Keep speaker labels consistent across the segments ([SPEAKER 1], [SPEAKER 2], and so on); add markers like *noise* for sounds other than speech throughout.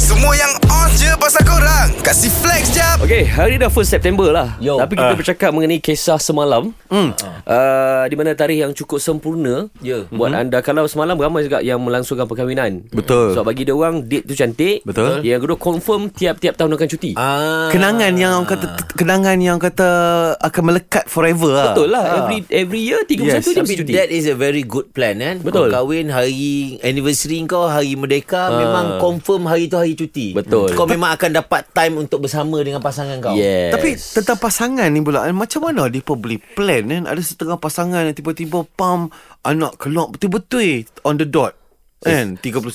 [SPEAKER 1] Semua yang on je pasal korang Kasih flex jap
[SPEAKER 2] Okay, hari dah 1 September lah
[SPEAKER 3] Yo.
[SPEAKER 2] Tapi kita
[SPEAKER 4] Ah.
[SPEAKER 2] uh. bercakap mengenai kisah semalam mm.
[SPEAKER 4] Hmm.
[SPEAKER 2] uh, Di mana tarikh yang cukup sempurna
[SPEAKER 3] Ya.
[SPEAKER 2] Buat mm-hmm. anda Kalau semalam ramai juga yang melangsungkan perkahwinan
[SPEAKER 4] Hmm. Betul.
[SPEAKER 2] So bagi dia orang, date tu cantik
[SPEAKER 4] Betul.
[SPEAKER 2] Yang kedua, confirm tiap-tiap tahun akan cuti uh.
[SPEAKER 3] Ah.
[SPEAKER 4] Kenangan yang orang kata Kenangan yang kata Akan melekat forever lah
[SPEAKER 2] Betul lah, every, every year 31 yes.
[SPEAKER 4] Yes.
[SPEAKER 2] dia
[SPEAKER 3] Tapi
[SPEAKER 2] bercuti
[SPEAKER 3] that is a very good plan kan
[SPEAKER 2] Betul.
[SPEAKER 3] Kau kahwin hari anniversary kau Hari merdeka
[SPEAKER 4] Ah.
[SPEAKER 3] Memang confirm hari tu hari cuti
[SPEAKER 2] Betul.
[SPEAKER 3] Kau memang akan dapat time Untuk bersama dengan pasangan kau
[SPEAKER 2] Yes.
[SPEAKER 4] Tapi tentang pasangan ni pula Macam mana dia pun boleh plan kan Ada setengah pasangan yang tiba-tiba Pam Anak keluar betul-betul On the dot Kan 31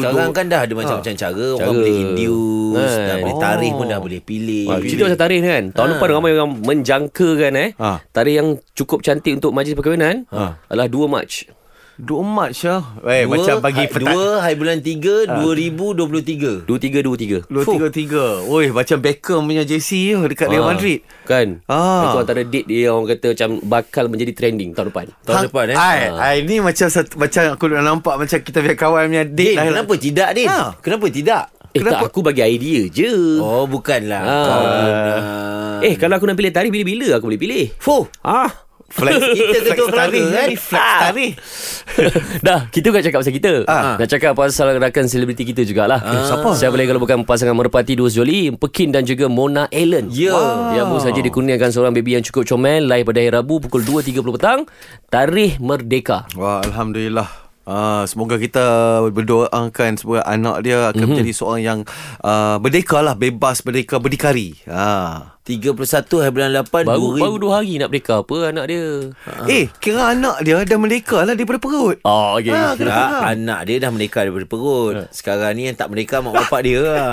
[SPEAKER 3] Sekarang kan
[SPEAKER 4] Ah.
[SPEAKER 3] dah ada macam-macam cara Orang boleh induce
[SPEAKER 2] Kan.
[SPEAKER 3] Dah boleh tarikh pun
[SPEAKER 4] Oh.
[SPEAKER 3] dah boleh pilih
[SPEAKER 2] Wah, cerita
[SPEAKER 4] eh,
[SPEAKER 2] pasal tarikh ni kan Tahun
[SPEAKER 3] Ah.
[SPEAKER 2] ha. depan ramai orang menjangkakan eh
[SPEAKER 4] Ah.
[SPEAKER 2] Tarikh yang cukup cantik untuk majlis perkahwinan ha. Adalah 2 Mac
[SPEAKER 4] 2 Mac ya eh,
[SPEAKER 3] Dua,
[SPEAKER 4] Macam pagi
[SPEAKER 3] ha-
[SPEAKER 4] petang Ah.
[SPEAKER 3] Dua hari bulan tiga 2023
[SPEAKER 2] 2323
[SPEAKER 4] 2-3-3 Woi macam Beckham punya JC yo, Dekat Real
[SPEAKER 2] Ah,
[SPEAKER 4] Madrid
[SPEAKER 2] Kan
[SPEAKER 4] Ah.
[SPEAKER 2] Itu antara date dia Orang kata macam Bakal menjadi trending tahun depan
[SPEAKER 3] Tahun depan eh
[SPEAKER 4] Ai,
[SPEAKER 3] Ha.
[SPEAKER 4] ai, ni macam satu, macam aku dah nampak macam kita punya kawan punya date
[SPEAKER 3] Din
[SPEAKER 4] lah.
[SPEAKER 3] Eh, kenapa tidak Din
[SPEAKER 4] Ha.
[SPEAKER 3] Kenapa tidak
[SPEAKER 2] Eh Kenapa? tak
[SPEAKER 4] Kenapa?
[SPEAKER 2] aku bagi idea je oh.
[SPEAKER 3] Oh bukanlah
[SPEAKER 2] Ah.
[SPEAKER 3] Kau ni, ah.
[SPEAKER 2] Eh kalau aku nak pilih tarikh Bila-bila aku boleh pilih
[SPEAKER 3] Fuh
[SPEAKER 2] Ah,
[SPEAKER 4] Flex
[SPEAKER 3] Kita ketua
[SPEAKER 4] tarikh,
[SPEAKER 3] keluarga, kan?
[SPEAKER 4] ni Flex
[SPEAKER 3] Ah.
[SPEAKER 4] tarikh.
[SPEAKER 2] *laughs* Dah Kita bukan cakap pasal kita
[SPEAKER 4] Ah.
[SPEAKER 2] Nak cakap pasal Rakan selebriti kita jugalah
[SPEAKER 4] Eh, siapa?
[SPEAKER 2] Siapa lagi kalau bukan Pasangan merpati Dua Zoli Pekin dan juga Mona Allen
[SPEAKER 3] Ya. Wow.
[SPEAKER 2] Yang baru saja dikurniakan Seorang baby yang cukup comel Live pada hari Rabu Pukul 2.30 petang Tarikh Merdeka
[SPEAKER 4] Wah, alhamdulillah. Ah, semoga kita berdoakan semoga anak dia akan mm-hmm. menjadi seorang yang uh, merdeka lah, bebas, merdeka, berdikari.
[SPEAKER 3] Ha.
[SPEAKER 4] Ah.
[SPEAKER 3] 31 hari bulan 8
[SPEAKER 2] Baru
[SPEAKER 3] 2000.
[SPEAKER 2] baru dua hari nak merdeka Apa anak dia
[SPEAKER 4] Eh, kira anak dia dah merdeka lah daripada perut.
[SPEAKER 2] Oh okay
[SPEAKER 4] Ah, kena
[SPEAKER 3] Tak,
[SPEAKER 4] faham.
[SPEAKER 3] anak dia dah merdeka daripada perut.
[SPEAKER 2] Ha.
[SPEAKER 3] Sekarang ni yang tak merdeka mak bapak dia lah.